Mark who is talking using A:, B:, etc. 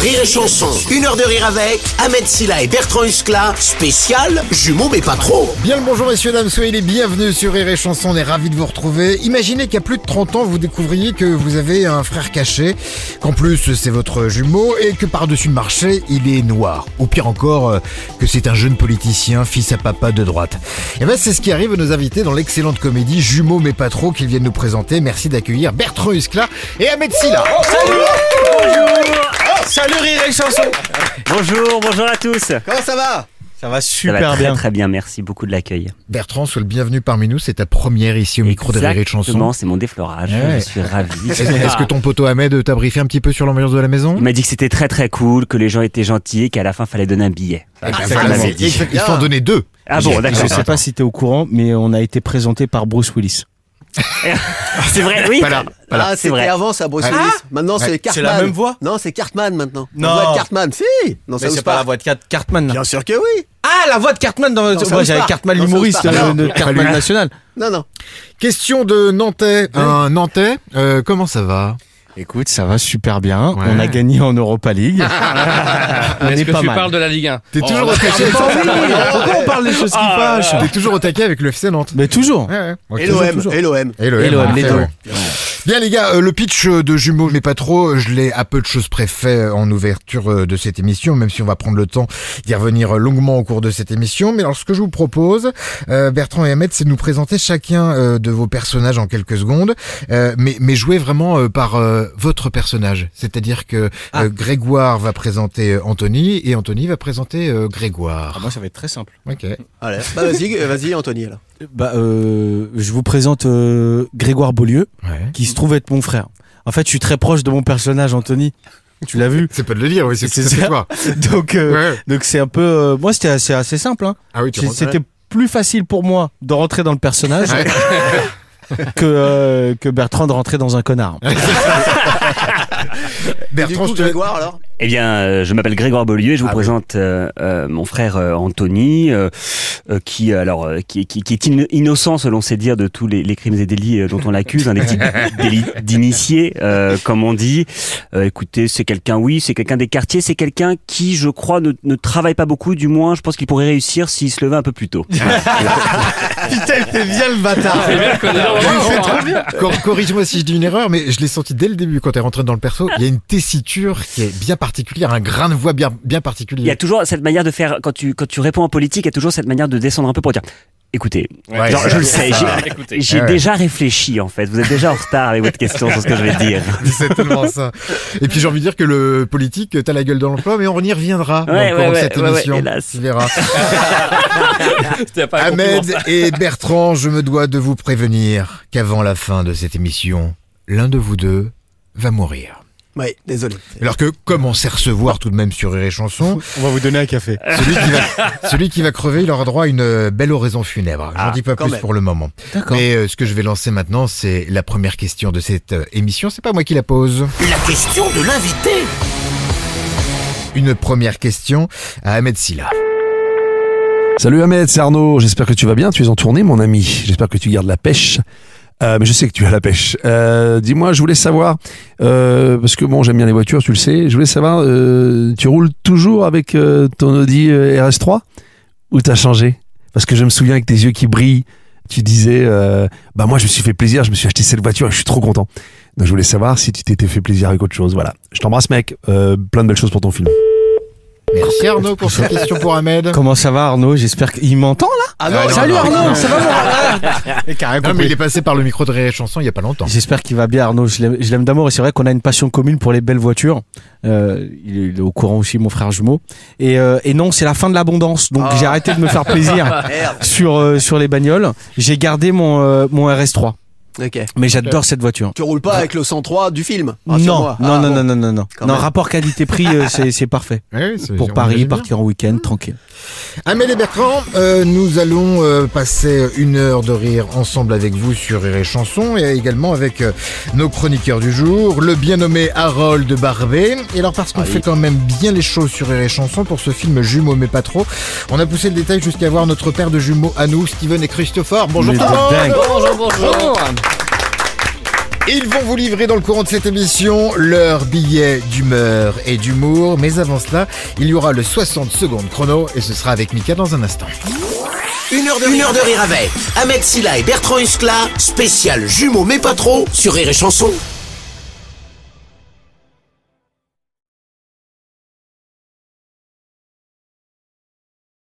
A: Rire et chanson, une heure de rire avec Ahmed Silla et Bertrand Huskla, spécial jumeaux mais pas trop.
B: Bien le bonjour messieurs, dames, soyez les bienvenus sur Rire et Chanson, on est ravis de vous retrouver. Imaginez qu'à plus de 30 ans, vous découvriez que vous avez un frère caché, qu'en plus c'est votre jumeau et que par-dessus le marché, il est noir. Ou pire encore, euh, que c'est un jeune politicien, fils à papa de droite. Et ben c'est ce qui arrive à nos invités dans l'excellente comédie Jumeaux mais pas trop qu'ils viennent nous présenter. Merci d'accueillir Bertrand Huskla et Ahmed Silla.
C: Salut Rire et Chanson
D: Bonjour, bonjour à tous. Ça
C: Comment ça va Ça va
D: va
C: super
D: très
C: bien.
D: très bien, merci beaucoup de l'accueil.
B: Bertrand, sois le bienvenu parmi nous, c'est ta première ici au micro de Rire et Chanson.
D: Exactement, c'est mon déflorage.
B: Ouais.
D: Je suis ravi.
B: Est-ce est-ce que ton poteau Ahmed t'a briefé un petit peu sur l'ambiance de la maison
D: Il m'a dit que c'était très très cool, que les gens étaient gentils et qu'à la fin fallait donner un billet.
B: Exactement.
D: Ah, ça, c'est
C: dit.
B: ben, Il faut en donner deux.
D: Ah bon, d'accord.
C: Je sais pas si t'es au courant, mais on a été présenté par Bruce Willis.
D: C'est vrai, oui.
B: Voilà, voilà.
E: Ah,
D: c'est
E: c'était
D: vrai.
E: avant ça, Bruce
B: Ah.
E: Willis. Maintenant, c'est Cartman.
C: la même voix
E: Non, c'est Cartman maintenant.
C: Non.
E: La voix de Cartman, si. Non,
C: Mais c'est pas la voix de Cart- Cartman. là.
E: Bien sûr que oui.
C: Ah, la voix de Cartman dans.
E: South
C: Moi, j'avais
E: Park.
C: Cartman
E: Dans South
C: l'humoriste,
E: Park.
C: euh,
E: Non.
C: de Cartman national.
E: Non, non.
B: Question de Nantais. Un Nantais, euh, comment ça va
C: Écoute, ça va super bien.
B: Ouais.
C: On a gagné en Europa League. on
F: Est-ce
C: est
F: que
C: pas
F: tu
C: mal.
F: parles de la Ligue 1
B: T'es toujours, au taquet-
C: Pourquoi on parle des choses qui fâchent
B: T'es toujours au taquet avec le FC Nantes.
C: Ah. Mais toujours. bah,
B: Ouais, ouais. Ok.
E: Et l'OM. Et l'OM.
B: Et le
C: Et l'OM,
B: M,
C: les
B: parfait,
C: deux.
B: ouais. Bien les gars, euh, le pitch euh, de jumeaux, mais pas trop, euh, je l'ai à peu de choses près fait euh, en ouverture euh, de cette émission, même si on va prendre le temps d'y revenir euh, longuement au cours de cette émission. Mais alors ce que je vous propose, euh, Bertrand et Ahmed, c'est de nous présenter chacun euh, de vos personnages en quelques secondes, euh, mais, mais jouer vraiment euh, par euh, votre personnage. C'est-à-dire que euh,
C: Ah.
B: Grégoire va présenter euh, Anthony et Anthony va présenter euh, Grégoire.
C: Ah, moi, ça va être très simple.
B: Ok.
E: Allez, bah vas-y, euh, vas-y, Anthony. alors.
C: Bah, euh, je vous présente euh, Grégoire Beaulieu,
B: Ouais.
C: qui se trouve être mon frère. En fait, je suis très proche de mon personnage, Anthony. Tu l'as vu
B: C'est pas de le dire, oui, c'est
C: C'est
B: c'est- c'est
C: ça.
B: toi.
C: Donc, euh,
B: Ouais.
C: donc c'est un peu. euh, moi, c'était assez, assez simple. Hein.
B: Ah oui, tu
C: C'est-
B: rentres-
C: C'était plus facile pour moi de rentrer dans le personnage
B: Ouais.
C: que, euh, que Bertrand de rentrer dans un connard.
E: Et Du
B: Bertrand,
E: coup,
B: je te...
E: Grégoire, alors
D: Eh bien, euh, je m'appelle Grégoire Beaulieu et je vous
B: Ah oui.
D: présente euh, euh, mon frère euh, Anthony, euh, euh, qui alors euh, qui, qui- qui est inno- innocent selon ses dires de tous les, les crimes et délits euh, dont on l'accuse, un des types délits d'initié, euh, comme on dit. Euh, écoutez, c'est quelqu'un, oui, c'est quelqu'un des quartiers, c'est quelqu'un qui, je crois, ne, ne travaille pas beaucoup. Du moins, je pense qu'il pourrait réussir s'il se levait un peu plus tôt.
C: Putain, t'es bien le bâtard.
D: Oh,
B: Cor- Corrige-moi si je dis une erreur, mais je l'ai senti dès le début quand t'es rentré dans le perso. Il y a une tessiture qui est bien particulière, un grain de voix bien, bien particulier.
D: Il y a toujours cette manière de faire quand tu quand tu réponds en politique, il y a toujours cette manière de descendre un peu pour dire. Écoutez,
B: Ouais,
D: genre,
B: c'est-
D: je le sais, j'ai-
F: Écoutez.
D: j'ai
B: Ouais.
D: déjà réfléchi en fait. Vous êtes déjà en retard avec votre question sur ce que je vais dire.
B: C'est tellement ça. Et puis j'ai envie de dire que le politique, t'as la gueule dans l'emploi, mais on y reviendra dans
D: Ouais,
B: le cours
D: ouais,
B: de
D: ouais,
B: cette
D: ouais, ouais,
B: émission.
D: hélas.
B: Tu verras.
F: C'était pas un compliment,
B: Ahmed
F: ça.
B: et Bertrand, je me dois de vous prévenir qu'avant la fin de cette émission, l'un de vous deux va mourir.
E: Oui, désolé.
B: Alors que, comme on sait recevoir tout de même sur Rire et Chanson,
C: On va vous donner un café.
B: Celui qui, va, celui qui va crever, il aura droit à une euh, belle oraison funèbre. J'en dis pas
E: quand
B: plus
E: même.
B: pour le moment.
C: Ah, D'accord.
B: Mais euh, ce que je vais lancer maintenant, c'est la première question de cette euh, émission. C'est pas moi qui la pose.
A: La question de l'invité.
B: Une première question à Ahmed Silla.
G: Salut Ahmed, c'est Arnaud. J'espère que tu vas bien. Tu es en tournée, mon ami. J'espère que tu gardes la pêche. Euh, mais je sais que tu as la pêche. Euh, Dis-moi, je voulais savoir, euh, parce que bon, j'aime bien les voitures, tu le sais. Je voulais savoir, euh, tu roules toujours avec euh, ton Audi euh, RS3 ou t'as changé Parce que je me souviens avec tes yeux qui brillent, tu disais, euh, bah moi, je me suis fait plaisir, je me suis acheté cette voiture et je suis trop content. Donc je voulais savoir si tu t'étais fait plaisir avec autre chose. Voilà. Je t'embrasse, mec. Euh, plein de belles choses pour ton film.
B: Merci Arnaud pour cette question pour Ahmed.
C: Comment ça va, Arnaud J'espère qu'il m'entend là.
E: Ah
B: non,
C: Salut
B: non,
C: Arnaud,
B: non.
C: ça va mon Arnaud Et carré
B: Non, mais
C: compris.
B: il est passé par le micro de Rire et Chanson il y a pas longtemps.
C: J'espère qu'il va bien, Arnaud. Je l'aime- je l'aime d'amour et c'est vrai qu'on a une passion commune pour les belles voitures. Euh, il est- il est au courant aussi, mon frère jumeau. Et, euh, et non, c'est la fin de l'abondance. Donc
E: Ah.
C: j'ai arrêté de me faire plaisir
E: Merde.
C: sur, euh, sur les bagnoles. J'ai gardé mon, euh, mon RS3.
E: Ok.
C: Mais j'adore cette voiture.
E: Tu roules pas avec le 103 du film
C: Non, non,
E: rassure-moi. Ah,
C: non,
E: bon.
C: non, non, non, non,
E: Quand
C: non.
E: même.
C: Rapport qualité-prix, euh, c'est c'est parfait.
B: Ouais, oui, c'est-
C: Pour
B: on
C: Paris,
B: imagine bien.
C: partir en week-end, tranquille.
B: Amélie Bertrand, euh, nous allons euh, passer une heure de rire ensemble avec vous sur Rire et Chanson et également avec euh, nos chroniqueurs du jour, le bien nommé Harold Barbet. Et alors
C: Ah
B: parce qu'on fait quand même bien les choses sur Rire et Chanson pour ce film Jumeaux mais pas trop, on a poussé le détail jusqu'à voir notre paire de jumeaux à nous, Steven et Christopher. Bonjour
C: Mais
B: tout le
C: de
B: monde.
C: dingue.
F: Bonjour, bonjour.
B: Ils vont vous livrer dans le courant de cette émission leur billet d'humeur et d'humour. Mais avant cela, il y aura le 60 secondes chrono et ce sera avec Mika dans un instant.
A: Une heure de, Une heure de rire avec Ahmed Silla et Bertrand Huskla, spécial jumeaux mais pas trop sur Rire et Chanson.